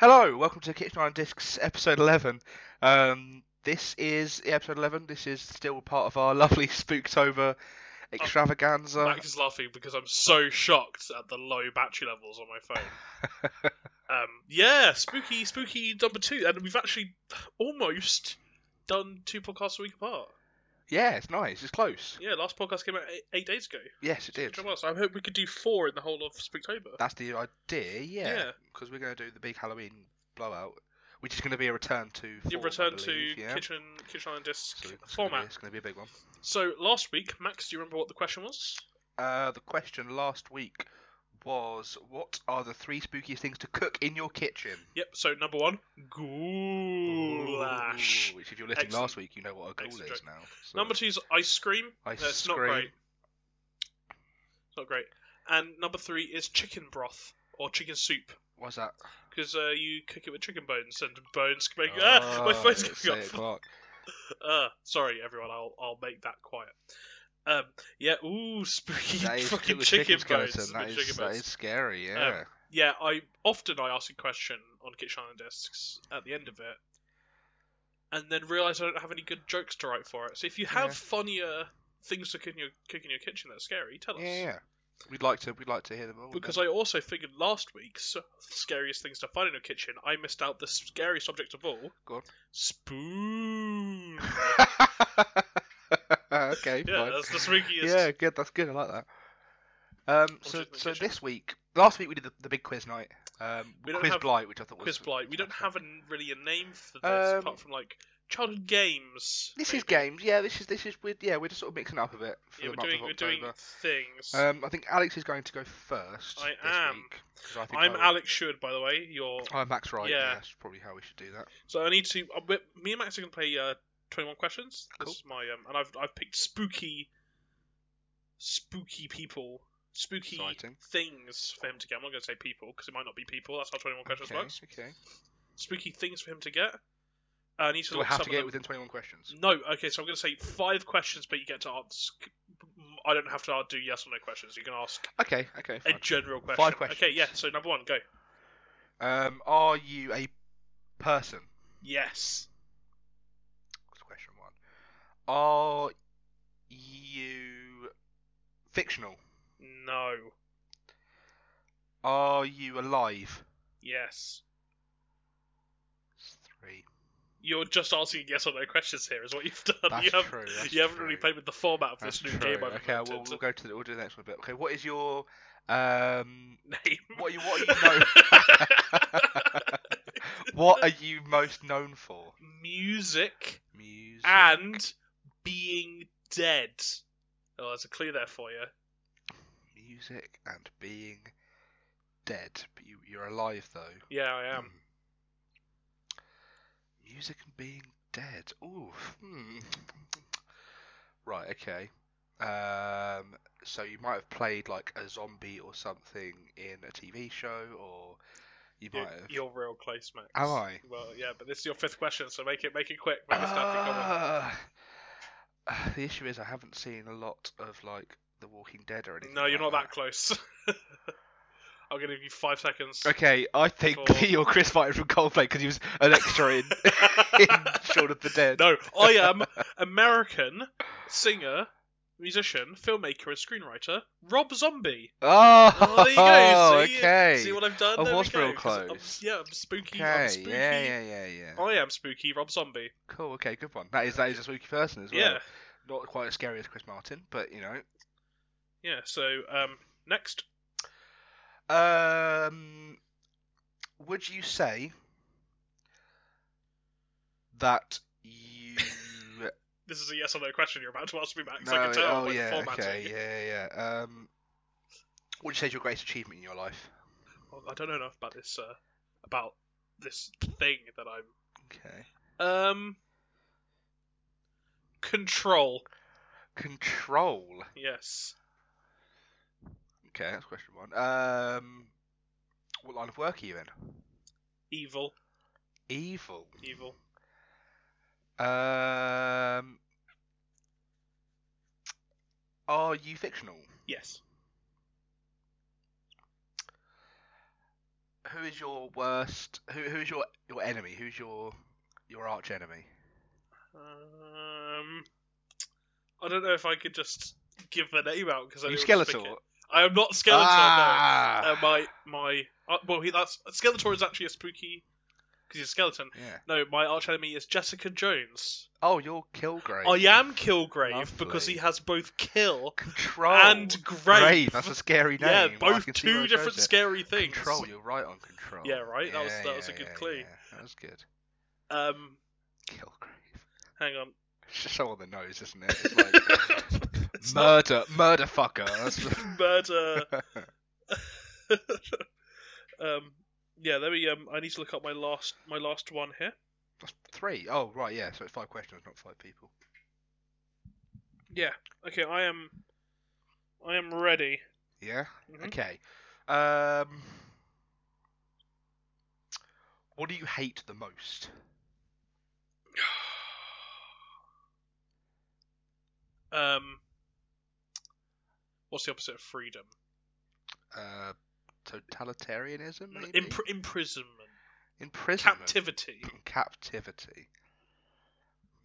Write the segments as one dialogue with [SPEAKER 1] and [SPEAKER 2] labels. [SPEAKER 1] Hello, welcome to Kitchen Island Discs episode 11. Um, this is yeah, episode 11. This is still part of our lovely
[SPEAKER 2] Oh,
[SPEAKER 1] Spooktober extravaganza.
[SPEAKER 2] Max is laughing because I'm so shocked at the low battery levels on my phone. um, yeah, spooky, spooky number two, and we've actually almost done two podcasts a week apart.
[SPEAKER 1] Yeah, it's nice. It's close.
[SPEAKER 2] Yeah, last podcast came out eight, eight days ago.
[SPEAKER 1] Yes, it did.
[SPEAKER 2] Good job us. I hope we could do four in the whole of Spooktober.
[SPEAKER 1] That's the idea. Yeah,
[SPEAKER 2] Yeah.
[SPEAKER 1] because we're going to do the big Halloween blowout, which is going to be a return to
[SPEAKER 2] You
[SPEAKER 1] form, I
[SPEAKER 2] return to
[SPEAKER 1] believe, yeah.
[SPEAKER 2] kitchen kitchen island disc
[SPEAKER 1] So it's gonna be-
[SPEAKER 2] format.
[SPEAKER 1] It's going to be a big one.
[SPEAKER 2] So last week, Max, do you remember what the question was?
[SPEAKER 1] Uh, the question last week was, what are the three spookiest things to cook in your kitchen?
[SPEAKER 2] Yep. So number one, goulash.
[SPEAKER 1] Ooh, Which, if you're listening
[SPEAKER 2] Excellent.
[SPEAKER 1] last week, you know what a ghoul
[SPEAKER 2] Excellent
[SPEAKER 1] is
[SPEAKER 2] joke.
[SPEAKER 1] now. so-
[SPEAKER 2] Number two is ice cream.
[SPEAKER 1] Ice
[SPEAKER 2] No, it's not
[SPEAKER 1] cream.
[SPEAKER 2] great. It's not great. And number three is chicken broth or chicken soup
[SPEAKER 1] What's that?
[SPEAKER 2] because uh, you cook it with chicken bones and bones can make. ah, my phone's
[SPEAKER 1] it's
[SPEAKER 2] going
[SPEAKER 1] eight
[SPEAKER 2] off.
[SPEAKER 1] o'clock.
[SPEAKER 2] Uh, sorry, everyone. I'll I'll make that quiet. Um, yeah. Ooh, spooky
[SPEAKER 1] That is it
[SPEAKER 2] fucking
[SPEAKER 1] was chicken,
[SPEAKER 2] bones.
[SPEAKER 1] skeleton. That
[SPEAKER 2] with
[SPEAKER 1] is,
[SPEAKER 2] chicken
[SPEAKER 1] that
[SPEAKER 2] bones.
[SPEAKER 1] is scary. Yeah.
[SPEAKER 2] Yeah, I often I ask a question on Kitchen Island Discs at the end of it, and then realise I don't have any good jokes to write for it. So if you have
[SPEAKER 1] Yeah.
[SPEAKER 2] funnier things to cook in your cook in your kitchen that's scary, tell us.
[SPEAKER 1] yeah, yeah. We'd like to. We'd like to hear them all.
[SPEAKER 2] Because
[SPEAKER 1] then.
[SPEAKER 2] I also figured last week's scariest things to find in your kitchen, I missed out the scariest object of all.
[SPEAKER 1] Go on.
[SPEAKER 2] Spoon.
[SPEAKER 1] okay.
[SPEAKER 2] yeah,
[SPEAKER 1] fine.
[SPEAKER 2] that's the spookiest.
[SPEAKER 1] Yeah, good. That's good. I like that. Um,
[SPEAKER 2] Or
[SPEAKER 1] so,
[SPEAKER 2] just in the
[SPEAKER 1] so
[SPEAKER 2] kitchen.
[SPEAKER 1] this week, last week we did the, the big quiz night, um,
[SPEAKER 2] We don't
[SPEAKER 1] quiz
[SPEAKER 2] have
[SPEAKER 1] blight, which I thought was
[SPEAKER 2] Quiz blight. We don't have a, really a name for this
[SPEAKER 1] Um,
[SPEAKER 2] apart from like childhood games.
[SPEAKER 1] This is
[SPEAKER 2] maybe.
[SPEAKER 1] games, yeah. This is this is we're yeah we're just sort of mixing up a bit for
[SPEAKER 2] Yeah,
[SPEAKER 1] the
[SPEAKER 2] we're
[SPEAKER 1] month
[SPEAKER 2] doing
[SPEAKER 1] of
[SPEAKER 2] we're
[SPEAKER 1] October.
[SPEAKER 2] doing things.
[SPEAKER 1] Um, I think Alex is going to go first.
[SPEAKER 2] I
[SPEAKER 1] this
[SPEAKER 2] am.
[SPEAKER 1] week, 'cause I think
[SPEAKER 2] I'm
[SPEAKER 1] I will-
[SPEAKER 2] Alex Sheward, by the way. You're
[SPEAKER 1] I'm Max Wright. Yeah.
[SPEAKER 2] Yeah.
[SPEAKER 1] that's probably how we should do that.
[SPEAKER 2] so I need to. uh, we- Me and Max are going to play uh, 21 questions. This
[SPEAKER 1] Cool.
[SPEAKER 2] is my um, and I've I've picked spooky, spooky people, spooky
[SPEAKER 1] Exciting.
[SPEAKER 2] things for him to get. I'm not going to say people because it might not be people. That's how 21 questions
[SPEAKER 1] okay.
[SPEAKER 2] works.
[SPEAKER 1] Okay.
[SPEAKER 2] Spooky things for him to get. Uh, I need to
[SPEAKER 1] Do I
[SPEAKER 2] look
[SPEAKER 1] have
[SPEAKER 2] some
[SPEAKER 1] to get it
[SPEAKER 2] of
[SPEAKER 1] within
[SPEAKER 2] them. Mm.
[SPEAKER 1] 21 questions?
[SPEAKER 2] No, okay. So I'm going to say five questions, but you get to ask. I don't have to do yes or no questions. You can ask
[SPEAKER 1] Okay. Okay.
[SPEAKER 2] a
[SPEAKER 1] Fine.
[SPEAKER 2] general question.
[SPEAKER 1] Five
[SPEAKER 2] Okay,
[SPEAKER 1] questions.
[SPEAKER 2] yeah. So number one, go.
[SPEAKER 1] Um, are you a person?
[SPEAKER 2] Yes.
[SPEAKER 1] That's question one. Are you fictional?
[SPEAKER 2] No.
[SPEAKER 1] Are you alive?
[SPEAKER 2] Yes.
[SPEAKER 1] That's three.
[SPEAKER 2] You're just asking yes or no questions here, is what you've done.
[SPEAKER 1] That's
[SPEAKER 2] you haven't,
[SPEAKER 1] true. That's
[SPEAKER 2] you haven't
[SPEAKER 1] true.
[SPEAKER 2] really played with the format of
[SPEAKER 1] That's
[SPEAKER 2] this new
[SPEAKER 1] true.
[SPEAKER 2] game. I've
[SPEAKER 1] okay, we'll,
[SPEAKER 2] invented.
[SPEAKER 1] we'll go to the we'll do the next one a bit. Okay, what is your um?
[SPEAKER 2] name.
[SPEAKER 1] What are you? What are you know? what are you most known for?
[SPEAKER 2] Music
[SPEAKER 1] Music.
[SPEAKER 2] and being dead. Oh, there's a clue there for you.
[SPEAKER 1] music and being dead, but you, you're alive though. Hmm.
[SPEAKER 2] Yeah, I am.
[SPEAKER 1] Music and being dead. Ooh. Hmm. Right. Okay. Um. So you might have played like a zombie or something in a TV show, or you
[SPEAKER 2] You-
[SPEAKER 1] might have.
[SPEAKER 2] You're real close, Max.
[SPEAKER 1] Mm, Am I?
[SPEAKER 2] Well, yeah, but this is your fifth question, so make it make it quick. Make it snappy, come on.
[SPEAKER 1] Ah. Ah, the issue is I haven't seen a lot of like The Walking Dead or anything.
[SPEAKER 2] No, you're
[SPEAKER 1] like
[SPEAKER 2] not that close. I'm gonna give you five seconds.
[SPEAKER 1] Okay, I think
[SPEAKER 2] Cool.
[SPEAKER 1] you're Chris Martin from Coldplay because he was an extra in, in Shaun of the Dead.
[SPEAKER 2] No, I am American singer, musician, filmmaker, and screenwriter Rob Zombie.
[SPEAKER 1] Oh,
[SPEAKER 2] Well, there you go. See,
[SPEAKER 1] okay.
[SPEAKER 2] See what I've done?
[SPEAKER 1] I
[SPEAKER 2] There we
[SPEAKER 1] was
[SPEAKER 2] go,
[SPEAKER 1] real
[SPEAKER 2] 'cause I'm-
[SPEAKER 1] close.
[SPEAKER 2] yeah, I'm spooky. I'm
[SPEAKER 1] okay,
[SPEAKER 2] spooky.
[SPEAKER 1] yeah, yeah, yeah, yeah.
[SPEAKER 2] I am spooky Rob Zombie.
[SPEAKER 1] Cool. Okay, good one. That is that is a spooky person as well.
[SPEAKER 2] Yeah,
[SPEAKER 1] Not quite as scary as Chris Martin, but you know.
[SPEAKER 2] yeah. So um, next,
[SPEAKER 1] Um, would you say that you?
[SPEAKER 2] this is a yes or no question you're about to ask me, Max. I
[SPEAKER 1] No,
[SPEAKER 2] can tell
[SPEAKER 1] oh
[SPEAKER 2] by the
[SPEAKER 1] yeah,
[SPEAKER 2] formatting.
[SPEAKER 1] okay, yeah, yeah. Um, would you say is your greatest achievement in your life?
[SPEAKER 2] Well, Oh, I don't know enough about this uh, about this thing that I'm.
[SPEAKER 1] Okay.
[SPEAKER 2] Um, control.
[SPEAKER 1] Control.
[SPEAKER 2] Yes.
[SPEAKER 1] Okay, that's question one. Um, what line of work are you in?
[SPEAKER 2] Evil.
[SPEAKER 1] Evil.
[SPEAKER 2] Evil.
[SPEAKER 1] Um, are you fictional?
[SPEAKER 2] Yes.
[SPEAKER 1] who is your worst? Who who's your your enemy? Who's your your arch enemy?
[SPEAKER 2] Um, I don't know if I could just give the name out because I
[SPEAKER 1] Are you
[SPEAKER 2] didn't want to pick
[SPEAKER 1] Skeletor?
[SPEAKER 2] it. I am not Skeletor.
[SPEAKER 1] ah!
[SPEAKER 2] No. Uh, my my. Uh, well, he, that's Skeletor is actually a spooky because he's a skeleton.
[SPEAKER 1] yeah.
[SPEAKER 2] No, my arch enemy is Jessica Jones.
[SPEAKER 1] Oh, you're Kilgrave.
[SPEAKER 2] I am Killgrave because
[SPEAKER 1] Lovely.
[SPEAKER 2] he has both kill
[SPEAKER 1] Control
[SPEAKER 2] and grave.
[SPEAKER 1] Grave, That's a scary name.
[SPEAKER 2] yeah,
[SPEAKER 1] but I
[SPEAKER 2] both
[SPEAKER 1] can see where
[SPEAKER 2] two
[SPEAKER 1] it
[SPEAKER 2] different
[SPEAKER 1] goes there.
[SPEAKER 2] scary things.
[SPEAKER 1] Control. You're right on control.
[SPEAKER 2] Yeah, right? That was- that was a good clue.
[SPEAKER 1] yeah, That was good.
[SPEAKER 2] Um,
[SPEAKER 1] Kilgrave.
[SPEAKER 2] hang on.
[SPEAKER 1] It's just so on the nose, isn't it? It's like
[SPEAKER 2] It's not-
[SPEAKER 1] murder, murder fucker. That's...
[SPEAKER 2] murder. um, yeah, let me. Um, I need to look up my last my last one here.
[SPEAKER 1] That's three. Oh, right. Yeah. So it's five questions, not five people.
[SPEAKER 2] Yeah. Okay, I am. I am ready.
[SPEAKER 1] Yeah.
[SPEAKER 2] Mhm.
[SPEAKER 1] Okay. Um, what do you hate the most?
[SPEAKER 2] Um, what's the opposite of freedom?
[SPEAKER 1] Uh, totalitarianism, maybe.
[SPEAKER 2] Impr- imprisonment,
[SPEAKER 1] Imprisonment.
[SPEAKER 2] captivity.
[SPEAKER 1] Captivity.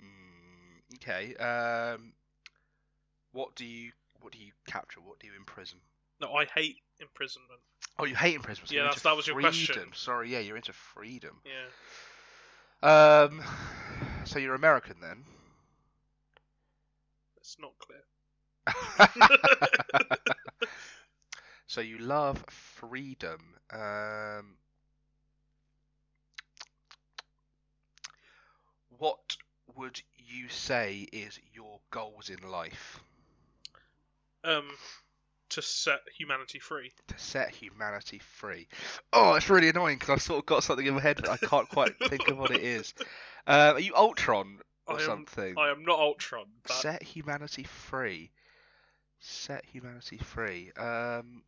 [SPEAKER 1] Mm, okay. Um, what do you what do you capture? What do you imprison?
[SPEAKER 2] No, I hate imprisonment.
[SPEAKER 1] Oh, you hate imprisonment. so
[SPEAKER 2] Yeah,
[SPEAKER 1] you're
[SPEAKER 2] that's-
[SPEAKER 1] into
[SPEAKER 2] that was your question.
[SPEAKER 1] freedom. Sorry. Yeah, you're into freedom.
[SPEAKER 2] Yeah.
[SPEAKER 1] Um, so you're American then?
[SPEAKER 2] It's not clear.
[SPEAKER 1] so you love freedom. Um, what would you say is your goals in life?
[SPEAKER 2] Um, to set humanity free.
[SPEAKER 1] To set humanity free. Oh, it's really annoying because I've sort of got something in my head, but I can't quite think of what it is. Uh, are you Ultron
[SPEAKER 2] I
[SPEAKER 1] or
[SPEAKER 2] am.
[SPEAKER 1] something?
[SPEAKER 2] I am not Ultron. That,
[SPEAKER 1] Set humanity free. Set humanity free. Um,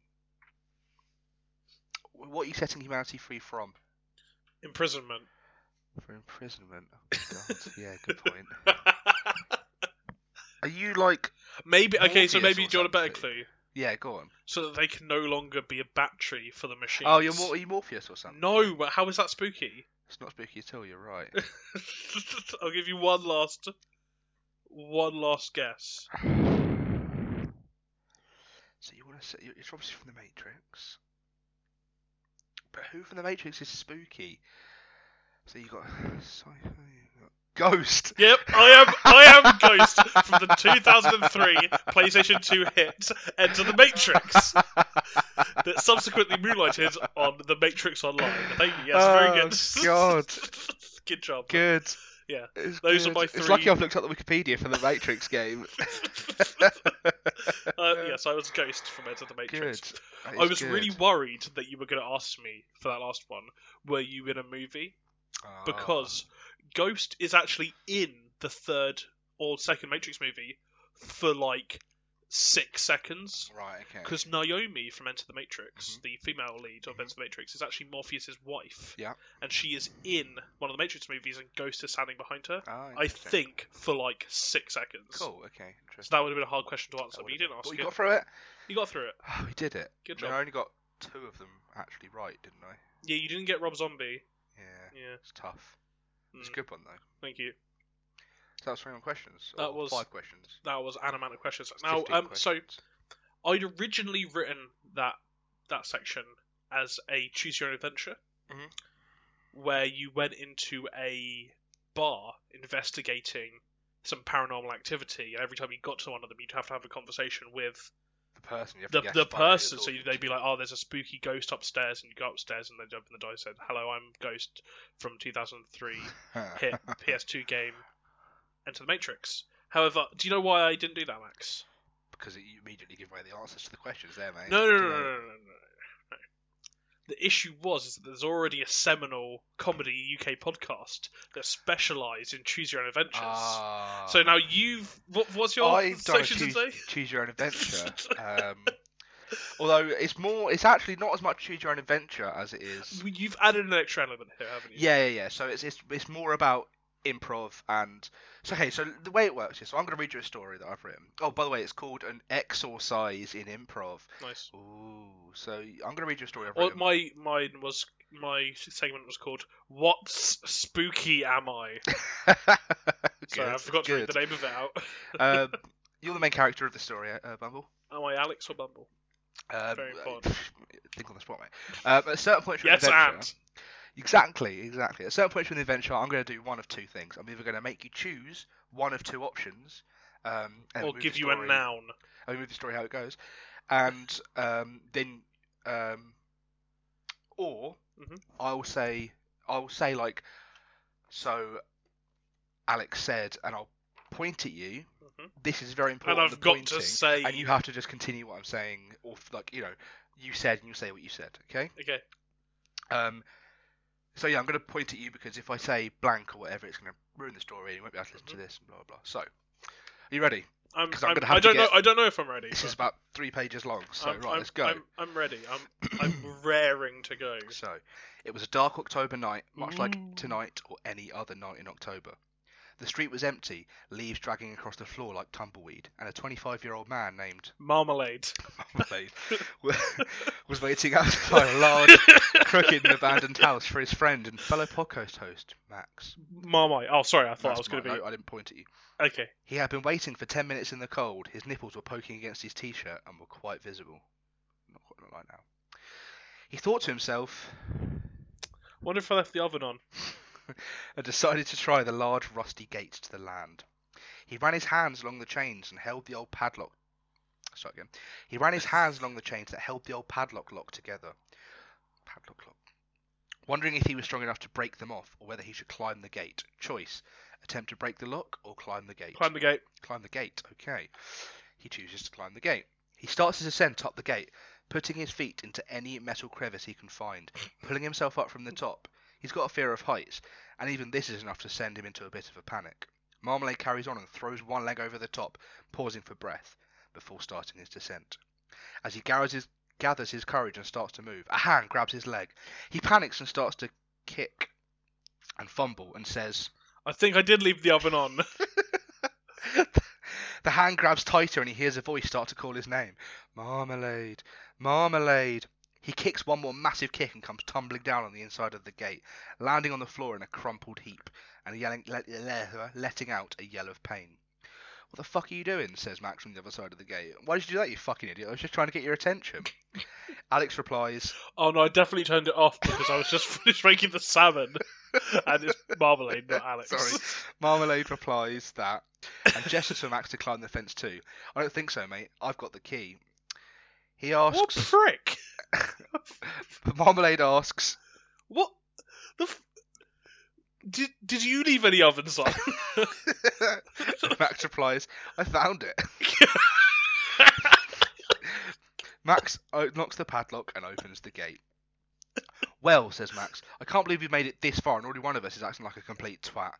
[SPEAKER 1] wh- what are you setting humanity free from?
[SPEAKER 2] imprisonment.
[SPEAKER 1] For imprisonment. Oh, God. yeah, good point. Are you like?
[SPEAKER 2] maybe okay. So
[SPEAKER 1] Morpheus
[SPEAKER 2] maybe
[SPEAKER 1] or
[SPEAKER 2] do you want a better
[SPEAKER 1] something.
[SPEAKER 2] clue?
[SPEAKER 1] Yeah, go on.
[SPEAKER 2] So that they can no longer be a battery for the machines.
[SPEAKER 1] Oh, you're Mor- are you Morpheus or something?
[SPEAKER 2] No, but how is that spooky?
[SPEAKER 1] It's not spooky at all. You're right.
[SPEAKER 2] I'll give you one last, one last guess.
[SPEAKER 1] so you want to set? You're you're obviously from the Matrix. But who from the Matrix is spooky? So you got sci-fi. You got Ghost.
[SPEAKER 2] Yep, I am. I am Ghost from the 2003 PlayStation 2 hit Enter the Matrix that subsequently moonlighted on the Matrix Online. Thank you. Yes, very
[SPEAKER 1] Oh,
[SPEAKER 2] good.
[SPEAKER 1] God.
[SPEAKER 2] good job.
[SPEAKER 1] Good.
[SPEAKER 2] Yeah.
[SPEAKER 1] It's
[SPEAKER 2] Those are
[SPEAKER 1] good.
[SPEAKER 2] my
[SPEAKER 1] It's lucky
[SPEAKER 2] three-
[SPEAKER 1] I've looked up the Wikipedia for the Matrix game.
[SPEAKER 2] uh, yes, I was Ghost from Enter the
[SPEAKER 1] Good.
[SPEAKER 2] Matrix.
[SPEAKER 1] That
[SPEAKER 2] I
[SPEAKER 1] is
[SPEAKER 2] was
[SPEAKER 1] good.
[SPEAKER 2] really worried that you were going to ask me for that last one. Were you in a movie?
[SPEAKER 1] Ah.
[SPEAKER 2] Because Ghost is actually in the third or second Matrix movie for like six seconds.
[SPEAKER 1] Right. Okay.
[SPEAKER 2] Because Naomi from Enter the Matrix,
[SPEAKER 1] Mhm.
[SPEAKER 2] the female lead of Enter the Matrix, is actually Morpheus' wife.
[SPEAKER 1] Yeah.
[SPEAKER 2] And she is in one of the Matrix movies, and Ghost is standing behind her.
[SPEAKER 1] Ah,
[SPEAKER 2] I
[SPEAKER 1] interesting.
[SPEAKER 2] think for like six seconds.
[SPEAKER 1] Cool. Okay. Interesting.
[SPEAKER 2] So that would have been a hard question to answer,
[SPEAKER 1] That
[SPEAKER 2] but you
[SPEAKER 1] would've
[SPEAKER 2] didn't
[SPEAKER 1] been-
[SPEAKER 2] ask
[SPEAKER 1] Well,
[SPEAKER 2] it.
[SPEAKER 1] you got through it.
[SPEAKER 2] You got through it.
[SPEAKER 1] Oh, we did it.
[SPEAKER 2] Good
[SPEAKER 1] I, mean,
[SPEAKER 2] job.
[SPEAKER 1] I only got two of them actually right, didn't I?
[SPEAKER 2] Yeah, you didn't get Rob Zombie.
[SPEAKER 1] Yeah.
[SPEAKER 2] Yeah.
[SPEAKER 1] It's tough. It's a
[SPEAKER 2] Mm.
[SPEAKER 1] good one though.
[SPEAKER 2] Thank you.
[SPEAKER 1] So that was three on questions.
[SPEAKER 2] That
[SPEAKER 1] or
[SPEAKER 2] was-
[SPEAKER 1] five questions.
[SPEAKER 2] That was an amount of questions.
[SPEAKER 1] It's
[SPEAKER 2] Now,
[SPEAKER 1] 15
[SPEAKER 2] um, so
[SPEAKER 1] questions.
[SPEAKER 2] I'd originally written that that section as a choose your own adventure,
[SPEAKER 1] Mhm.
[SPEAKER 2] where you went into a bar investigating some paranormal activity, and every time you got to one of them, you'd have to have a conversation with
[SPEAKER 1] the person. You have
[SPEAKER 2] the
[SPEAKER 1] to guess
[SPEAKER 2] the
[SPEAKER 1] by who you're
[SPEAKER 2] person. So
[SPEAKER 1] talking
[SPEAKER 2] they'd
[SPEAKER 1] to.
[SPEAKER 2] be like, "Oh, there's a spooky ghost upstairs," and you go upstairs, and they'd open the door and said, "Hello, I'm Ghost from 2003 hit PS2 game, Enter the Matrix." However, do you know why I didn't do that, Max?
[SPEAKER 1] because you immediately give away the answers to the questions there, mate.
[SPEAKER 2] No, no, no,
[SPEAKER 1] You
[SPEAKER 2] no, no, no,
[SPEAKER 1] know.
[SPEAKER 2] no, no. The issue was is that there's already a seminal comedy UK podcast that specialised in choose your own adventures.
[SPEAKER 1] Ah.
[SPEAKER 2] so now you've what was your
[SPEAKER 1] I've done a
[SPEAKER 2] section
[SPEAKER 1] choose,
[SPEAKER 2] today?
[SPEAKER 1] choose your own adventure. um, although it's more, it's actually not as much choose your own adventure as it is.
[SPEAKER 2] You've added an extra element here, haven't you?
[SPEAKER 1] Yeah, yeah, yeah. So it's it's it's more about improv and so okay so the way it works is so i'm going to read you a story that i've written oh by the way it's called an exorcise in improv
[SPEAKER 2] Nice.
[SPEAKER 1] ooh so i'm going to read you a story i've
[SPEAKER 2] Well,
[SPEAKER 1] written
[SPEAKER 2] my mine was my segment was called "What's Spooky Am I?" So I forgot to read the name of it out.
[SPEAKER 1] um, you're the main character of the story uh, bumble
[SPEAKER 2] Am I Alex or Bumble?
[SPEAKER 1] um,
[SPEAKER 2] Very
[SPEAKER 1] uh,
[SPEAKER 2] important.
[SPEAKER 1] think on the spot mate um, at a certain point during
[SPEAKER 2] Yes,
[SPEAKER 1] the adventure,
[SPEAKER 2] and
[SPEAKER 1] Exactly, exactly. At a certain point in the adventure, I'm going to do one of two things. I'm either going to make you choose one of two options, um, and
[SPEAKER 2] or
[SPEAKER 1] move
[SPEAKER 2] give
[SPEAKER 1] the
[SPEAKER 2] you a
[SPEAKER 1] story-
[SPEAKER 2] noun.
[SPEAKER 1] I'll move the story how it goes, and um, then, um, or
[SPEAKER 2] Mhm.
[SPEAKER 1] I'll say I'll say like, so Alex said, and I'll point at you.
[SPEAKER 2] Mhm.
[SPEAKER 1] This is very
[SPEAKER 2] And
[SPEAKER 1] important. the
[SPEAKER 2] I've got to
[SPEAKER 1] pointing,
[SPEAKER 2] say,
[SPEAKER 1] and you have to just continue what I'm saying, or f- like you know, you said and you say what you said. Okay.
[SPEAKER 2] okay,
[SPEAKER 1] Um, so yeah, I'm going to point at you because if I say blank or whatever, it's going to ruin the story and you won't be able to listen
[SPEAKER 2] Mm-hmm.
[SPEAKER 1] to this. and Blah blah. blah. So, are you ready?
[SPEAKER 2] I'm,
[SPEAKER 1] 'Cause I'm
[SPEAKER 2] I'm,
[SPEAKER 1] gonna have
[SPEAKER 2] I
[SPEAKER 1] to
[SPEAKER 2] don't know.
[SPEAKER 1] get-
[SPEAKER 2] I don't know if I'm ready.
[SPEAKER 1] This
[SPEAKER 2] but
[SPEAKER 1] is about three pages long. So
[SPEAKER 2] I'm,
[SPEAKER 1] right,
[SPEAKER 2] I'm,
[SPEAKER 1] let's go.
[SPEAKER 2] I'm, I'm ready. I'm I'm raring to go.
[SPEAKER 1] So, it was a dark October night, much
[SPEAKER 2] Ooh.
[SPEAKER 1] like tonight or any other night in October. The street was empty, leaves dragging across the floor like tumbleweed, and a 25-year-old man named
[SPEAKER 2] Marmalade.
[SPEAKER 1] Marmalade was waiting outside a large, crooked, and abandoned house for his friend and fellow podcast host Max.
[SPEAKER 2] Marmite. Oh, sorry. I thought I was going to be
[SPEAKER 1] I didn't point at you.
[SPEAKER 2] okay.
[SPEAKER 1] He had been waiting for ten minutes in the cold. His nipples were poking against his t-shirt and were quite visible. Not quite not right now. He thought to himself
[SPEAKER 2] Wonder if I left the oven on.
[SPEAKER 1] and decided to try the large rusty gates to the land. He ran his hands along the chains and held the old padlock. Start again. He ran his hands along the chains that held the old padlock lock together. Padlock lock. Wondering if he was strong enough to break them off or whether he should climb the gate. Choice: attempt to break the lock or climb the gate.
[SPEAKER 2] Climb the gate.
[SPEAKER 1] Climb the gate, okay. He chooses to climb the gate. He starts his ascent up the gate, putting his feet into any metal crevice he can find, pulling himself up from the top. He's got a fear of heights, and even this is enough to send him into a bit of a panic. Marmalade carries on and throws one leg over the top, pausing for breath before starting his descent. As he gathers his, gathers his courage and starts to move, a hand grabs his leg. He panics and starts to kick and fumble and says,
[SPEAKER 2] I think I did leave the oven on.
[SPEAKER 1] the hand grabs tighter and he hears a voice start to call his name Marmalade, Marmalade. He kicks one more massive kick and comes tumbling down on the inside of the gate, landing on the floor in a crumpled heap and yelling, le- le- letting out a yell of pain. What the fuck are you doing? says Max from the other side of the gate. Why did you do that, you fucking idiot? I was just trying to get your attention. Alex replies,
[SPEAKER 2] Oh no, I definitely turned it off because I was just finished making the salmon, and it's marmalade, not Alex.
[SPEAKER 1] Sorry. Marmalade replies that and gestures for Max to climb the fence too. I don't think so, mate. I've got the key. He
[SPEAKER 2] What
[SPEAKER 1] asks.
[SPEAKER 2] prick?
[SPEAKER 1] Marmalade asks,
[SPEAKER 2] What the? F- did did you leave any ovens on?
[SPEAKER 1] Max replies, I found it. Max unlocks the padlock and opens the gate. Well, says Max, I can't believe you've made it this far and already one of us is acting like a complete twat.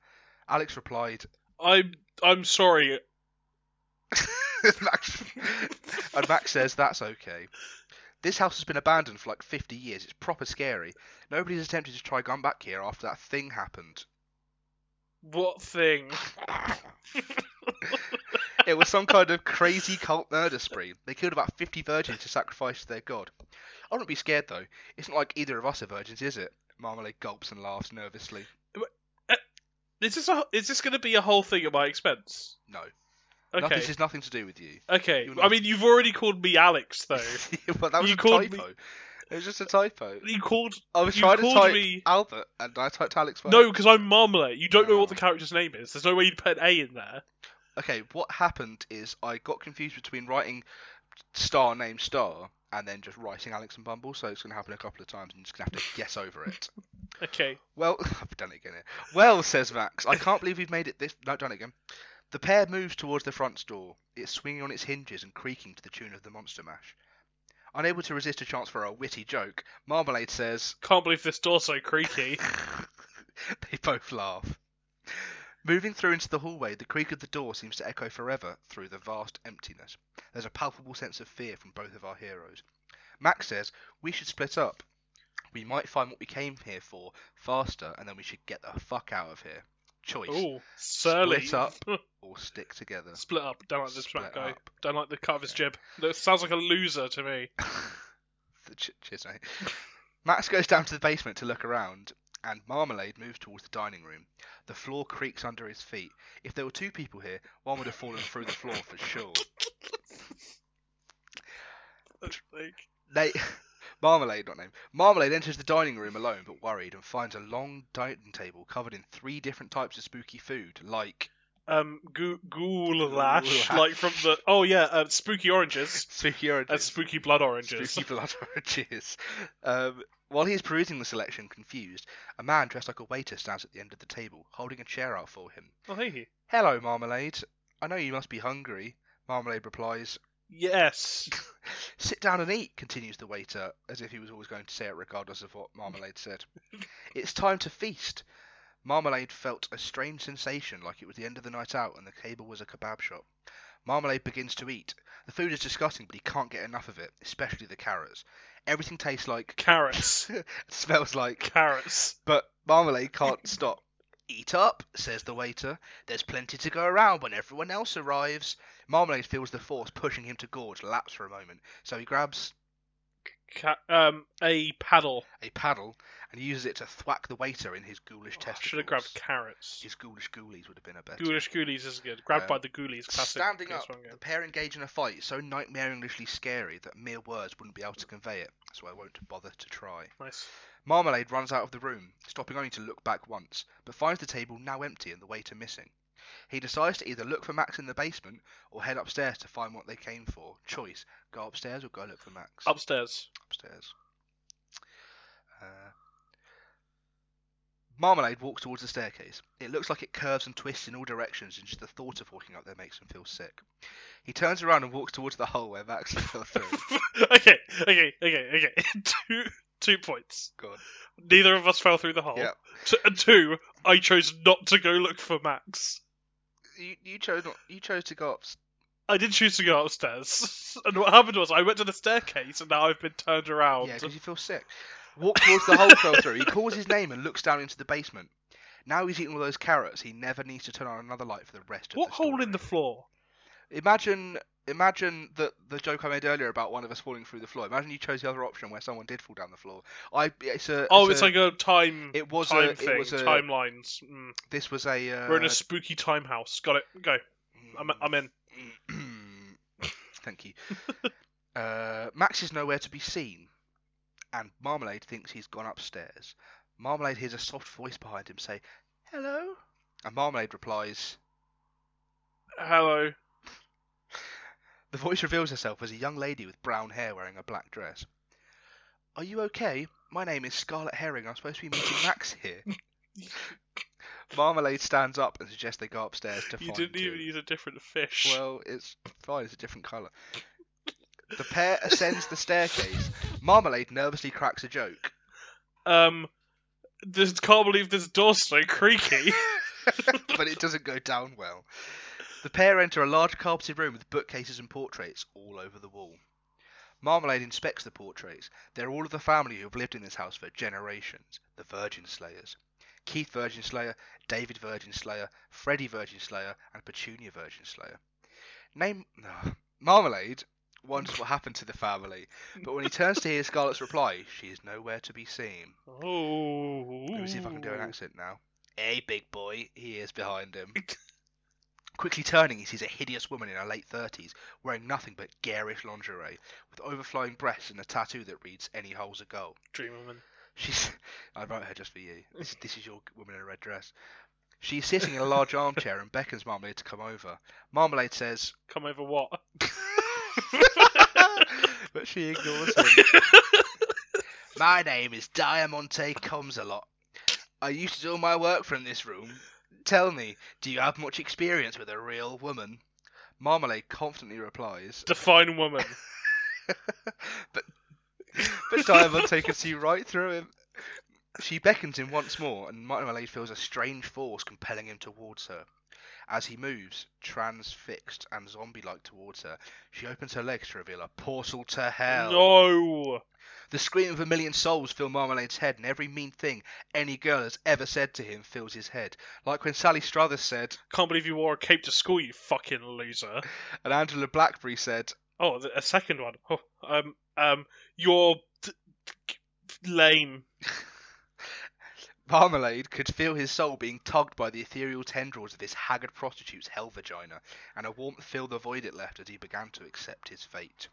[SPEAKER 1] Alex replied,
[SPEAKER 2] I'm I'm sorry.
[SPEAKER 1] Max, and Max says, that's okay. This house has been abandoned for like 50 years. It's proper scary. Nobody's attempted to try going back here after that thing happened.
[SPEAKER 2] What thing?
[SPEAKER 1] It was some kind of crazy cult murder spree. They killed about 50 virgins to sacrifice to their god. I wouldn't be scared though. It's not like either of us are virgins, is it? Marmalade gulps and laughs nervously.
[SPEAKER 2] Is this a, is this going to be a whole thing at my expense?
[SPEAKER 1] No.
[SPEAKER 2] Okay.
[SPEAKER 1] no this is nothing to do with you.
[SPEAKER 2] Okay.
[SPEAKER 1] you're
[SPEAKER 2] I
[SPEAKER 1] not-
[SPEAKER 2] mean, you've already called me Alex, though.
[SPEAKER 1] but that was
[SPEAKER 2] You
[SPEAKER 1] a
[SPEAKER 2] called
[SPEAKER 1] typo.
[SPEAKER 2] me-
[SPEAKER 1] It was just a typo.
[SPEAKER 2] you called
[SPEAKER 1] I was
[SPEAKER 2] you
[SPEAKER 1] trying to
[SPEAKER 2] called
[SPEAKER 1] type
[SPEAKER 2] me-
[SPEAKER 1] Albert and I typed Alex first.
[SPEAKER 2] no, because I'm marmalade. You don't know what
[SPEAKER 1] Oh.
[SPEAKER 2] the character's name is. There's no way you'd put an A in there.
[SPEAKER 1] Okay, what happened is I got confused between writing star name star and then just writing Alex and Bumble, so it's going to happen a couple of times and you're just going to have to guess over it.
[SPEAKER 2] Okay.
[SPEAKER 1] Well, I've done it again. Here. Well, says Max, I can't believe you've made it this. No, done it again. The pair moves towards the front door. It's swinging on its hinges and creaking to the tune of the Monster Mash. Unable to resist a chance for a witty joke, Marmalade says,
[SPEAKER 2] Can't believe this door's so creaky.
[SPEAKER 1] They both laugh. Moving through into the hallway, the creak of the door seems to echo forever through the vast emptiness. There's a palpable sense of fear from both of our heroes. Max says, We should split up. We might find what we came here for faster, and then we should get the fuck out of here. choice.
[SPEAKER 2] Oh, surly.
[SPEAKER 1] Split up or stick together.
[SPEAKER 2] Split up. Don't like this
[SPEAKER 1] Split
[SPEAKER 2] black guy.
[SPEAKER 1] up.
[SPEAKER 2] Don't like the cut of his jib. That sounds like a loser to me.
[SPEAKER 1] The ch- Cheers, mate. Max goes down to the basement to look around, and Marmalade moves towards the dining room. The floor creaks under his feet. If there were two people here, one would have fallen through the floor for sure.
[SPEAKER 2] Like,
[SPEAKER 1] Nate, Marmalade, not name. Marmalade enters the dining room alone but worried and finds a long dining table covered in three different types of spooky food, like
[SPEAKER 2] um, gou- goulash,
[SPEAKER 1] Goulash.
[SPEAKER 2] like from the oh yeah, uh, spooky oranges
[SPEAKER 1] spooky oranges,
[SPEAKER 2] and spooky blood oranges.
[SPEAKER 1] spooky blood oranges. Um, while he is perusing the selection, confused, a man dressed like a waiter stands at the end of the table, holding a chair out for him.
[SPEAKER 2] Oh, hey.
[SPEAKER 1] Hello, Marmalade. I know you must be hungry. Marmalade replies.
[SPEAKER 2] Yes.
[SPEAKER 1] Sit down and eat, continues the waiter, as if he was always going to say it regardless of what Marmalade said. it's time to feast. Marmalade felt a strange sensation, like it was the end of the night out and the table was a kebab shop. Marmalade begins to eat. The food is disgusting, but he can't get enough of it, especially the carrots. Everything tastes like,
[SPEAKER 2] Carrots.
[SPEAKER 1] smells like,
[SPEAKER 2] Carrots.
[SPEAKER 1] but Marmalade can't stop. Eat up, says the waiter. There's plenty to go around when everyone else arrives. Marmalade feels the force pushing him to gorge, laps for a moment, so he grabs
[SPEAKER 2] Ca- um, a paddle.
[SPEAKER 1] a paddle and uses it to thwack the waiter in his ghoulish
[SPEAKER 2] Oh, I
[SPEAKER 1] testicles.
[SPEAKER 2] should have grabbed carrots.
[SPEAKER 1] His ghoulish ghoulies would have been a better.
[SPEAKER 2] Ghoulish Ghoulies is good. Grabbed
[SPEAKER 1] Um,
[SPEAKER 2] by the Ghoulies. Classic.
[SPEAKER 1] Standing
[SPEAKER 2] PS1
[SPEAKER 1] up,
[SPEAKER 2] game.
[SPEAKER 1] the pair engage in a fight so nightmarishly scary that mere words wouldn't be able to convey it, so I won't bother to try.
[SPEAKER 2] Nice.
[SPEAKER 1] Marmalade runs out of the room, stopping only to look back once, but finds the table now empty and the waiter missing. He decides to either look for Max in the basement or head upstairs to find what they came for. Choice: go upstairs or go look for
[SPEAKER 2] Oh,
[SPEAKER 1] Max.
[SPEAKER 2] Upstairs.
[SPEAKER 1] upstairs. Uh, Marmalade walks towards the staircase. It looks like it curves and twists in all directions, and just the thought of walking up there makes him feel sick. He turns around and walks towards the hole where Max fell through.
[SPEAKER 2] okay, okay, okay, okay. two, two points.
[SPEAKER 1] Go on.
[SPEAKER 2] Neither of us fell through the hole.
[SPEAKER 1] Yep.
[SPEAKER 2] T- and two, I chose not to go look for Max.
[SPEAKER 1] You, you chose not. You chose to go up.
[SPEAKER 2] I did choose to go upstairs. And what happened was I went to the staircase and now I've been turned around.
[SPEAKER 1] Yeah, because you feel sick. Walk towards the hole fell through. He calls his name and looks down into the basement. Now he's eating all those carrots. He never needs to turn on another light for the rest of
[SPEAKER 2] what
[SPEAKER 1] the
[SPEAKER 2] hole
[SPEAKER 1] story.
[SPEAKER 2] in the floor?
[SPEAKER 1] Imagine, imagine the the joke I made earlier about one of us falling through the floor. Imagine you chose the other option where someone did fall down the floor. I it's a
[SPEAKER 2] Oh,
[SPEAKER 1] a-
[SPEAKER 2] it's like a time
[SPEAKER 1] it was
[SPEAKER 2] time
[SPEAKER 1] a
[SPEAKER 2] thing.
[SPEAKER 1] it was a
[SPEAKER 2] Timelines. Mm.
[SPEAKER 1] this was a uh, mm,
[SPEAKER 2] We're in a spooky time house. Got it. Go. I'm, I'm in.
[SPEAKER 1] Thank you. uh, Max is nowhere to be seen, and Marmalade thinks he's gone upstairs. Marmalade hears a soft voice behind him say, Hello? And Marmalade replies,
[SPEAKER 2] Hello.
[SPEAKER 1] The voice reveals herself as a young lady with brown hair wearing a black dress. Are you okay? My name is Scarlet Herring. I'm supposed to be meeting Max here. Marmalade stands up and suggests they go upstairs to
[SPEAKER 2] You
[SPEAKER 1] find
[SPEAKER 2] didn't
[SPEAKER 1] him.
[SPEAKER 2] even use a different fish.
[SPEAKER 1] Well, it's fine. It's a different colour. The pair ascends the staircase. Marmalade nervously cracks a joke.
[SPEAKER 2] Um, this, can't believe this door's so creaky.
[SPEAKER 1] but it doesn't go down well. The pair enter a large carpeted room with bookcases and portraits all over the wall. Marmalade inspects the portraits. They're all of the family who have lived in this house for generations the Virgin Slayers. Keith Virgin Slayer, David Virgin Slayer, Freddie Virgin Slayer, and Petunia Virgin Slayer. Name. no. Marmalade wonders what happened to the family, but when he turns to hear Scarlet's reply, she is nowhere to be seen.
[SPEAKER 2] oh.
[SPEAKER 1] Let me see if I can do an accent now. Hey, big boy, he is behind him. Quickly turning, he sees a hideous woman in her late thirties, wearing nothing but garish lingerie, with overflowing breasts and a tattoo that reads "Any holes a goal."
[SPEAKER 2] Dream woman.
[SPEAKER 1] She's. I wrote her just for you. This, this is your woman in a red dress. She's sitting in a large armchair and beckons Marmalade to come over. Marmalade says,
[SPEAKER 2] Come over what?
[SPEAKER 1] but she ignores him. My name is Diamante Comsalot. I used to do all my work from this room. Tell me, do you have much experience with a real woman? Marmalade confidently replies,
[SPEAKER 2] Define woman.
[SPEAKER 1] but but Diamante can see right through him. She beckons him once more, and Marmalade feels a strange force compelling him towards her. As he moves, transfixed and zombie-like towards her, she opens her legs to reveal a portal to hell.
[SPEAKER 2] No.
[SPEAKER 1] The scream of a million souls fill Marmalade's head, and every mean thing any girl has ever said to him fills his head. Like when Sally Struthers said,
[SPEAKER 2] Can't believe you wore a cape to school, you fucking loser.
[SPEAKER 1] and Angela Blackberry said,
[SPEAKER 2] Oh, th- a second one. Oh, um, um, you're t- t- lame.
[SPEAKER 1] Marmalade could feel his soul being tugged by the ethereal tendrils of this haggard prostitute's hell vagina, and a warmth filled the void it left as he began to accept his fate.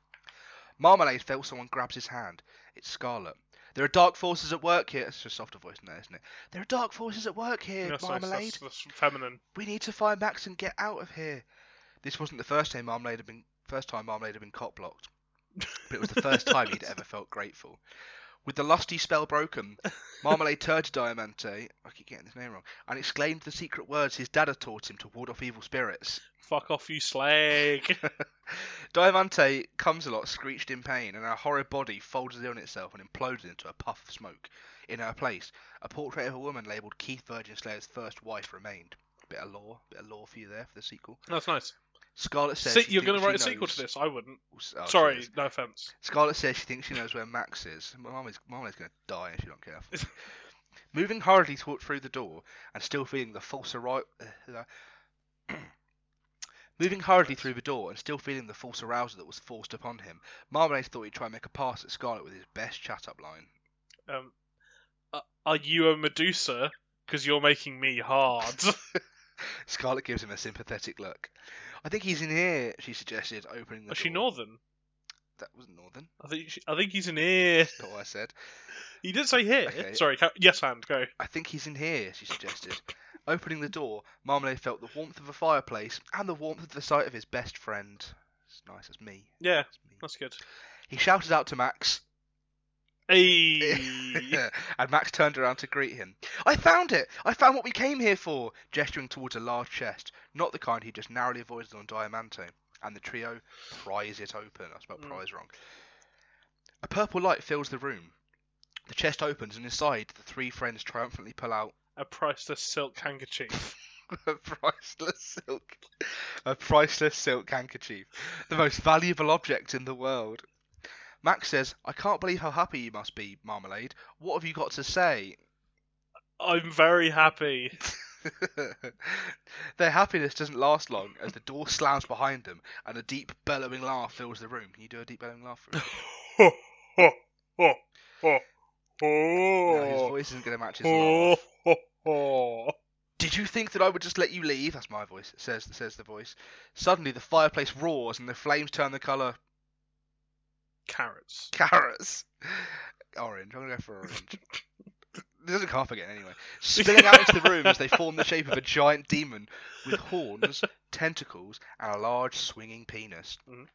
[SPEAKER 1] Marmalade felt someone grabs his hand. It's Scarlet. There are dark forces at work here. It's a softer voice than that, isn't it? There are dark forces at work here,
[SPEAKER 2] That's nice,
[SPEAKER 1] Marmalade.
[SPEAKER 2] that's- that's feminine.
[SPEAKER 1] We need to find Max and get out of here. This wasn't the first time Marmalade had been first time Marmalade had been cop blocked, but it was the first time he'd ever felt grateful. With the lusty spell broken, Marmalade turned to Diamante, I keep getting his name wrong, and exclaimed the secret words his dad had taught him to ward off evil spirits.
[SPEAKER 2] Fuck off, you slag.
[SPEAKER 1] Diamante comes a lot, screeched in pain, and her horrid body folds in on itself and implodes into a puff of smoke. In her place, a portrait of a woman labelled Keith Virgin Slayer's first wife remained. Bit of lore, bit of lore for you there for the sequel.
[SPEAKER 2] That's nice.
[SPEAKER 1] Scarlet says
[SPEAKER 2] See,
[SPEAKER 1] she
[SPEAKER 2] you're going to
[SPEAKER 1] thinks
[SPEAKER 2] write
[SPEAKER 1] she
[SPEAKER 2] a sequel
[SPEAKER 1] knows-
[SPEAKER 2] to this. I wouldn't.
[SPEAKER 1] Oh, s- oh,
[SPEAKER 2] Sorry,
[SPEAKER 1] Jesus.
[SPEAKER 2] no offense.
[SPEAKER 1] Scarlet says she thinks she knows where Max is. My mum is, mum is going to die if she's not careful. Moving hurriedly toward through the door and still feeling the false arri- uh, Moving hurriedly through the door and still feeling the false arousal that was forced upon him, Marmalade thought he'd try and make a pass at Scarlet with his best chat-up line.
[SPEAKER 2] Um, uh, are you a Medusa? Because you're making me hard.
[SPEAKER 1] Scarlet gives him a sympathetic look. I think he's in here, she suggested, opening the
[SPEAKER 2] Is she
[SPEAKER 1] door.
[SPEAKER 2] northern?
[SPEAKER 1] That wasn't Northern.
[SPEAKER 2] I think she, I think he's in here.
[SPEAKER 1] That's not what I said.
[SPEAKER 2] He did say here.
[SPEAKER 1] Okay.
[SPEAKER 2] Sorry. Ca- yes, and go.
[SPEAKER 1] I think he's in here, she suggested. Opening the door, Marmalade felt the warmth of a fireplace and the warmth of the sight of his best friend. It's nice, it's me.
[SPEAKER 2] Yeah,
[SPEAKER 1] It's me.
[SPEAKER 2] that's good.
[SPEAKER 1] He shouted out to Max,
[SPEAKER 2] Hey.
[SPEAKER 1] and Max turned around to greet him. I found it! I found what we came here for! Gesturing towards a large chest, not the kind he just narrowly avoided on Diamante. And the trio pries it open. I spelled
[SPEAKER 2] Mm.
[SPEAKER 1] prize wrong. A purple light fills the room. The chest opens, and inside, the three friends triumphantly pull out
[SPEAKER 2] a priceless silk handkerchief.
[SPEAKER 1] a priceless silk a priceless silk handkerchief the most valuable object in the world max says i can't believe how happy you must be marmalade what have you got to say
[SPEAKER 2] I'm very happy.
[SPEAKER 1] their happiness doesn't last long as the door slams behind them and a deep bellowing laugh fills the room can you do a deep bellowing laugh for us?
[SPEAKER 2] ho, ho, ho, ho,
[SPEAKER 1] no, his
[SPEAKER 2] ho.
[SPEAKER 1] voice isn't going to match his laugh
[SPEAKER 2] ho, ho, ho.
[SPEAKER 1] Did you think that I would just let you leave? That's my voice. Says says the voice. Suddenly, the fireplace roars and the flames turn the color
[SPEAKER 2] Carrots.
[SPEAKER 1] carrots. Orange. I'm gonna go for orange. It doesn't cough again anyway. Spilling out into the room as they form the shape of a giant demon with horns, tentacles, and a large swinging penis.
[SPEAKER 2] Mhm.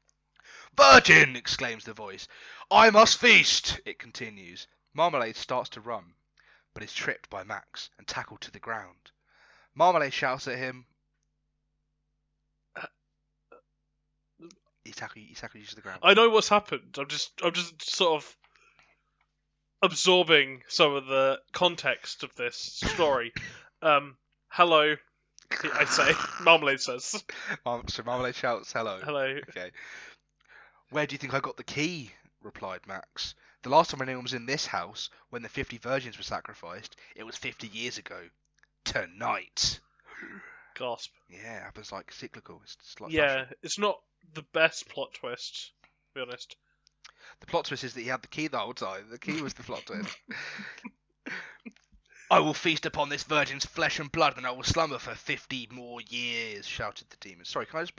[SPEAKER 1] Virgin! exclaims the voice. I must feast! It continues. Marmalade starts to run, but is tripped by Max and tackled to the ground. Marmalade shouts at him.
[SPEAKER 2] Uh,
[SPEAKER 1] He tackles he tackles you to the ground.
[SPEAKER 2] I know what's happened. I'm just I'm just sort of absorbing some of the context of this story. um, hello, I say. Marmalade says,
[SPEAKER 1] Mar- so Marmalade shouts, hello.
[SPEAKER 2] "Hello."
[SPEAKER 1] Okay. Where do you think I got the key? replied Max. The last time anyone was in this house, when the 50 virgins were sacrificed, it was 50 years ago. Tonight.
[SPEAKER 2] Gasp.
[SPEAKER 1] Yeah, it happens like cyclical. It's, it's like
[SPEAKER 2] yeah,
[SPEAKER 1] fashion.
[SPEAKER 2] it's not the best plot twist. To be honest.
[SPEAKER 1] The plot twist is that he had the key the whole time. The key was the plot twist. I will feast upon this virgin's flesh and blood, and I will slumber for 50 more years, shouted the demon. Sorry, can I just.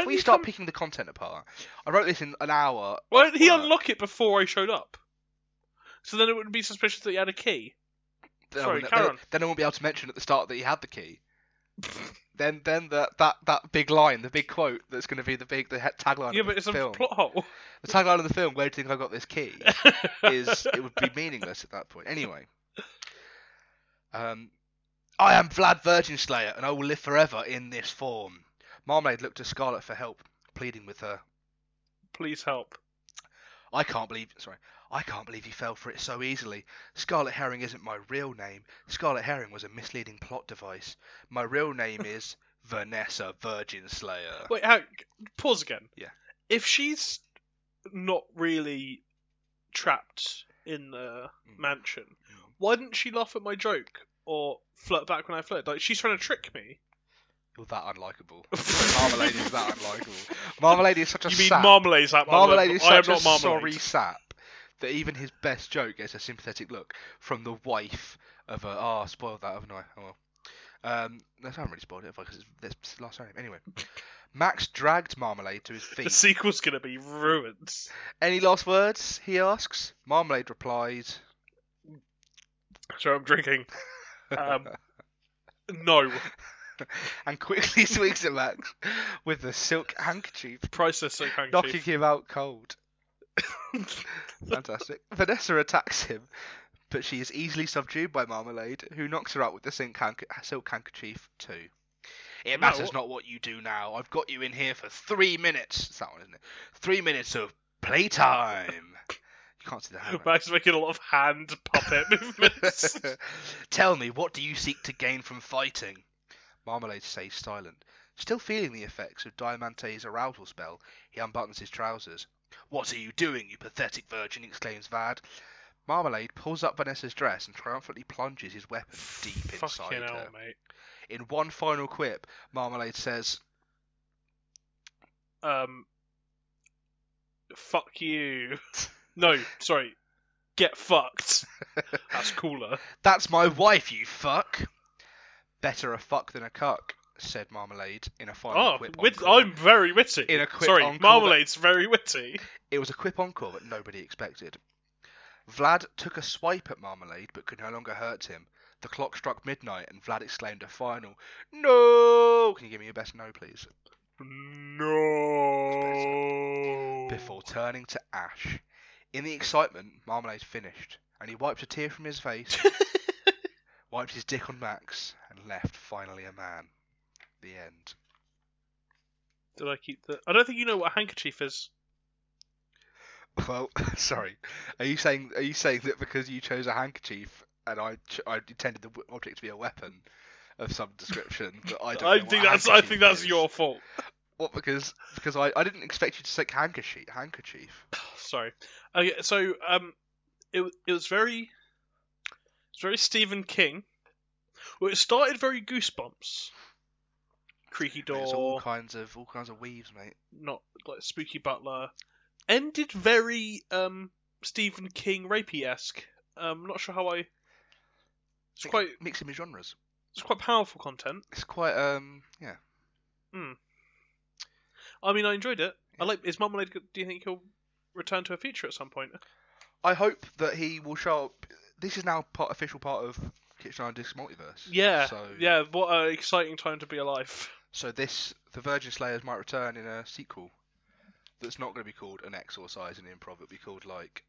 [SPEAKER 1] Before
[SPEAKER 2] didn't
[SPEAKER 1] you
[SPEAKER 2] he
[SPEAKER 1] start
[SPEAKER 2] come-
[SPEAKER 1] picking the content apart, I wrote this in an hour
[SPEAKER 2] Why didn't he
[SPEAKER 1] Right.
[SPEAKER 2] unlock it before I showed up? So then it wouldn't be suspicious that he had a key.
[SPEAKER 1] then
[SPEAKER 2] Sorry,
[SPEAKER 1] I wouldn't,
[SPEAKER 2] carry
[SPEAKER 1] then,
[SPEAKER 2] on.
[SPEAKER 1] then I won't be able to mention at the start that he had the key. then, then that that that big line, the big quote, that's going to be the big the he- tagline.
[SPEAKER 2] yeah,
[SPEAKER 1] of
[SPEAKER 2] but
[SPEAKER 1] the
[SPEAKER 2] it's
[SPEAKER 1] film.
[SPEAKER 2] a plot hole.
[SPEAKER 1] The tagline of the film, "Where do you think I got this key?" is it would be meaningless at that point. Anyway, um, I am Vlad Virgin Slayer, and I will live forever in this form. Marmalade looked to Scarlet for help, pleading with her.
[SPEAKER 2] Please help.
[SPEAKER 1] I can't believe. Sorry. I can't believe you fell for it so easily. Scarlet Herring isn't my real name. Scarlet Herring was a misleading plot device. My real name is Vanessa Virgin Slayer.
[SPEAKER 2] Wait, hang, pause again.
[SPEAKER 1] Yeah.
[SPEAKER 2] If she's not really trapped in the
[SPEAKER 1] Mm.
[SPEAKER 2] mansion.
[SPEAKER 1] Mm.
[SPEAKER 2] Why didn't she laugh at my joke or flirt back when I flirted? Like she's trying to trick me.
[SPEAKER 1] You're that unlikable. Marmalade is that unlikable. Marmalade is such a
[SPEAKER 2] You mean
[SPEAKER 1] sap.
[SPEAKER 2] marmalade's that one?
[SPEAKER 1] Marmalade is
[SPEAKER 2] I am
[SPEAKER 1] such
[SPEAKER 2] not
[SPEAKER 1] a
[SPEAKER 2] marmalade.
[SPEAKER 1] sorry sap that even his best joke gets a sympathetic look from the wife of a. Ah, spoiled that, haven't I? Oh well. Um, no, I haven't really spoiled it because it's that's the last name. Anyway, Max dragged Marmalade to his
[SPEAKER 2] The
[SPEAKER 1] feet.
[SPEAKER 2] sequel's gonna be ruined.
[SPEAKER 1] Any last words? He asks. Marmalade replies.
[SPEAKER 2] So I'm drinking. Um, no,
[SPEAKER 1] and quickly swings at Max with the silk handkerchief,
[SPEAKER 2] priceless soap
[SPEAKER 1] knocking
[SPEAKER 2] handkerchief.
[SPEAKER 1] him out cold. Fantastic. Vanessa attacks him, but she is easily subdued by Marmalade, who knocks her out with the silk, handker- silk handkerchief too. It
[SPEAKER 2] No.
[SPEAKER 1] matters not what you do now. I've got you in here for three minutes. It's that one, isn't it? Three minutes of playtime. You can't see the hand.
[SPEAKER 2] Max is making a lot of hand puppet movements.
[SPEAKER 1] Tell me, what do you seek to gain from fighting? Marmalade stays silent. Still feeling the effects of Diamante's arousal spell, he unbuttons his trousers. What are you doing, you pathetic virgin? exclaims Vad. Marmalade pulls up Vanessa's dress and triumphantly plunges his weapon deep inside
[SPEAKER 2] Fucking hell,
[SPEAKER 1] her.
[SPEAKER 2] mate.
[SPEAKER 1] In one final quip, Marmalade says,
[SPEAKER 2] Um, fuck you. No, sorry. Get fucked. That's cooler.
[SPEAKER 1] That's my wife, you fuck! Better a fuck than a cuck, said Marmalade in a final
[SPEAKER 2] Oh,
[SPEAKER 1] quip.
[SPEAKER 2] wit-
[SPEAKER 1] encore.
[SPEAKER 2] I'm very witty.
[SPEAKER 1] In a quip
[SPEAKER 2] Sorry,
[SPEAKER 1] on call
[SPEAKER 2] marmalade's very witty.
[SPEAKER 1] It was a quip encore that nobody expected. Vlad took a swipe at Marmalade but could no longer hurt him. The clock struck midnight and Vlad exclaimed a final, No! Can you give me your best no, please?
[SPEAKER 2] No.
[SPEAKER 1] Before turning to ash. In the excitement, Marmalade finished and he wiped a tear from his face, wiped his dick on Max, and left finally a man. The end.
[SPEAKER 2] Did I keep the? I don't think you know what a handkerchief is.
[SPEAKER 1] Well, sorry. Are you saying are you saying that because you chose a handkerchief and I ch- I intended the w- object to be a weapon of some description that I don't.
[SPEAKER 2] I
[SPEAKER 1] know
[SPEAKER 2] think
[SPEAKER 1] what a
[SPEAKER 2] that's. I think
[SPEAKER 1] handkerchief
[SPEAKER 2] that's
[SPEAKER 1] is?
[SPEAKER 2] your fault.
[SPEAKER 1] What because because I, I didn't expect you to say handkerchief handkerchief.
[SPEAKER 2] Sorry. Okay, so um, it w- it was very, it's very Stephen King. Well, it started very Goosebumps, creaky
[SPEAKER 1] I mean, It's all
[SPEAKER 2] door,
[SPEAKER 1] kinds of all kinds of weaves, mate.
[SPEAKER 2] not like spooky butler. Ended very um Stephen King rapey esque. Um, not sure how I. It's
[SPEAKER 1] Like,
[SPEAKER 2] quite
[SPEAKER 1] mixing with genres.
[SPEAKER 2] it's quite powerful content.
[SPEAKER 1] It's quite um yeah.
[SPEAKER 2] I mean, I enjoyed it. I like. Is Marmalade? go- Do you think he'll return to a feature at some point?
[SPEAKER 1] I hope that he will show up. This is now part official part of Kitchen Island Disc multiverse.
[SPEAKER 2] Yeah.
[SPEAKER 1] So
[SPEAKER 2] Yeah. What an exciting time to be alive.
[SPEAKER 1] So this, the Virgin Slayers might return in a sequel that's not going to be called an exorcise and improv. It'll be called like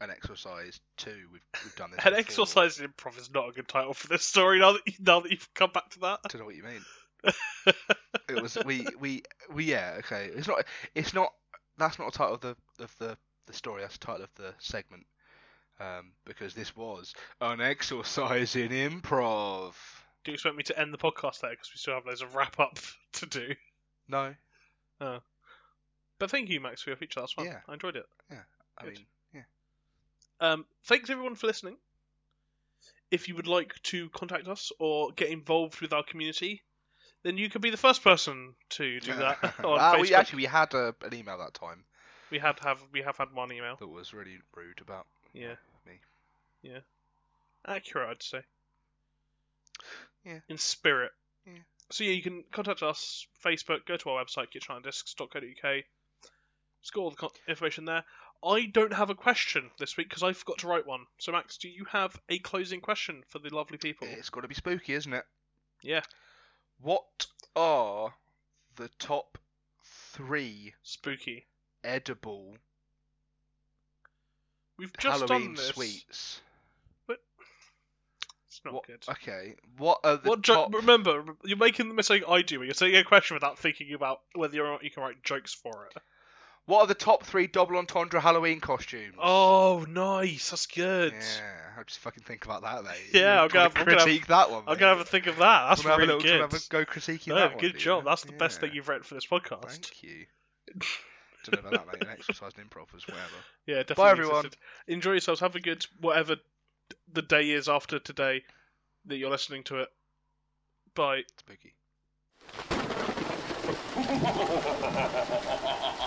[SPEAKER 1] an exorcise two. We've, we've done this.
[SPEAKER 2] An
[SPEAKER 1] before.
[SPEAKER 2] exorcise and improv is not a good title for this story. Now that you, now that you've come back to that,
[SPEAKER 1] I don't know what you mean. It was we we we yeah okay. It's not it's not that's not a title of the of the the story. That's the title of the segment. Um, because this was an exorcise in improv.
[SPEAKER 2] do you expect me to end the podcast there because we still have loads of wrap up to do?
[SPEAKER 1] No,
[SPEAKER 2] But thank you, Max, for your feature. That's fun.
[SPEAKER 1] Yeah.
[SPEAKER 2] I enjoyed it.
[SPEAKER 1] I
[SPEAKER 2] Good.
[SPEAKER 1] mean
[SPEAKER 2] Um, thanks everyone for listening. If you would like to contact us or get involved with our community, then you could be the first person to do that on
[SPEAKER 1] Ah,
[SPEAKER 2] Facebook.
[SPEAKER 1] we actually we had a, an email that time
[SPEAKER 2] We had have we have had one email.
[SPEAKER 1] that was really rude about
[SPEAKER 2] Yeah.
[SPEAKER 1] Me.
[SPEAKER 2] Yeah. Accurate, I'd say.
[SPEAKER 1] Yeah.
[SPEAKER 2] In spirit.
[SPEAKER 1] Yeah.
[SPEAKER 2] So yeah, you can contact us Facebook. Go to our website, kitchenanddiscs.co.uk. Score all the co- information there. I don't have a question this week because I forgot to write one. So Max, do you have a closing question for the lovely people?
[SPEAKER 1] It's got to be spooky, isn't it?
[SPEAKER 2] Yeah.
[SPEAKER 1] What are the top three
[SPEAKER 2] Spooky.
[SPEAKER 1] edible
[SPEAKER 2] We've just done
[SPEAKER 1] Halloween
[SPEAKER 2] this.
[SPEAKER 1] sweets?
[SPEAKER 2] It's not
[SPEAKER 1] What-
[SPEAKER 2] good.
[SPEAKER 1] Okay. What are the
[SPEAKER 2] What jo-
[SPEAKER 1] top?
[SPEAKER 2] remember, you're making the mistake I do. where You're taking a question without thinking about whether or not you can write jokes for it.
[SPEAKER 1] What are the top three double entendre Halloween costumes?
[SPEAKER 2] Oh, nice. That's good.
[SPEAKER 1] Yeah, I'll just fucking think about that later.
[SPEAKER 2] Yeah,
[SPEAKER 1] You're
[SPEAKER 2] I'm gonna
[SPEAKER 1] trying
[SPEAKER 2] have-
[SPEAKER 1] to
[SPEAKER 2] I'm gonna have-
[SPEAKER 1] critique that one.
[SPEAKER 2] I'm gonna have a think of that. That's
[SPEAKER 1] Wanna have
[SPEAKER 2] really
[SPEAKER 1] a little,
[SPEAKER 2] good.
[SPEAKER 1] wanna Have a go critiquing
[SPEAKER 2] No,
[SPEAKER 1] that one.
[SPEAKER 2] good
[SPEAKER 1] do you?
[SPEAKER 2] job. That's the best
[SPEAKER 1] Yeah.
[SPEAKER 2] thing you've written for this podcast.
[SPEAKER 1] Thank you. to know about that, mate. And exercise and improv was whatever.
[SPEAKER 2] Yeah, definitely.
[SPEAKER 1] everyone.
[SPEAKER 2] existed. Enjoy yourselves. Have a good whatever the day is after today that you're listening to it. Bye.
[SPEAKER 1] Spooky.
[SPEAKER 3] Ha ha ha ha ha ha!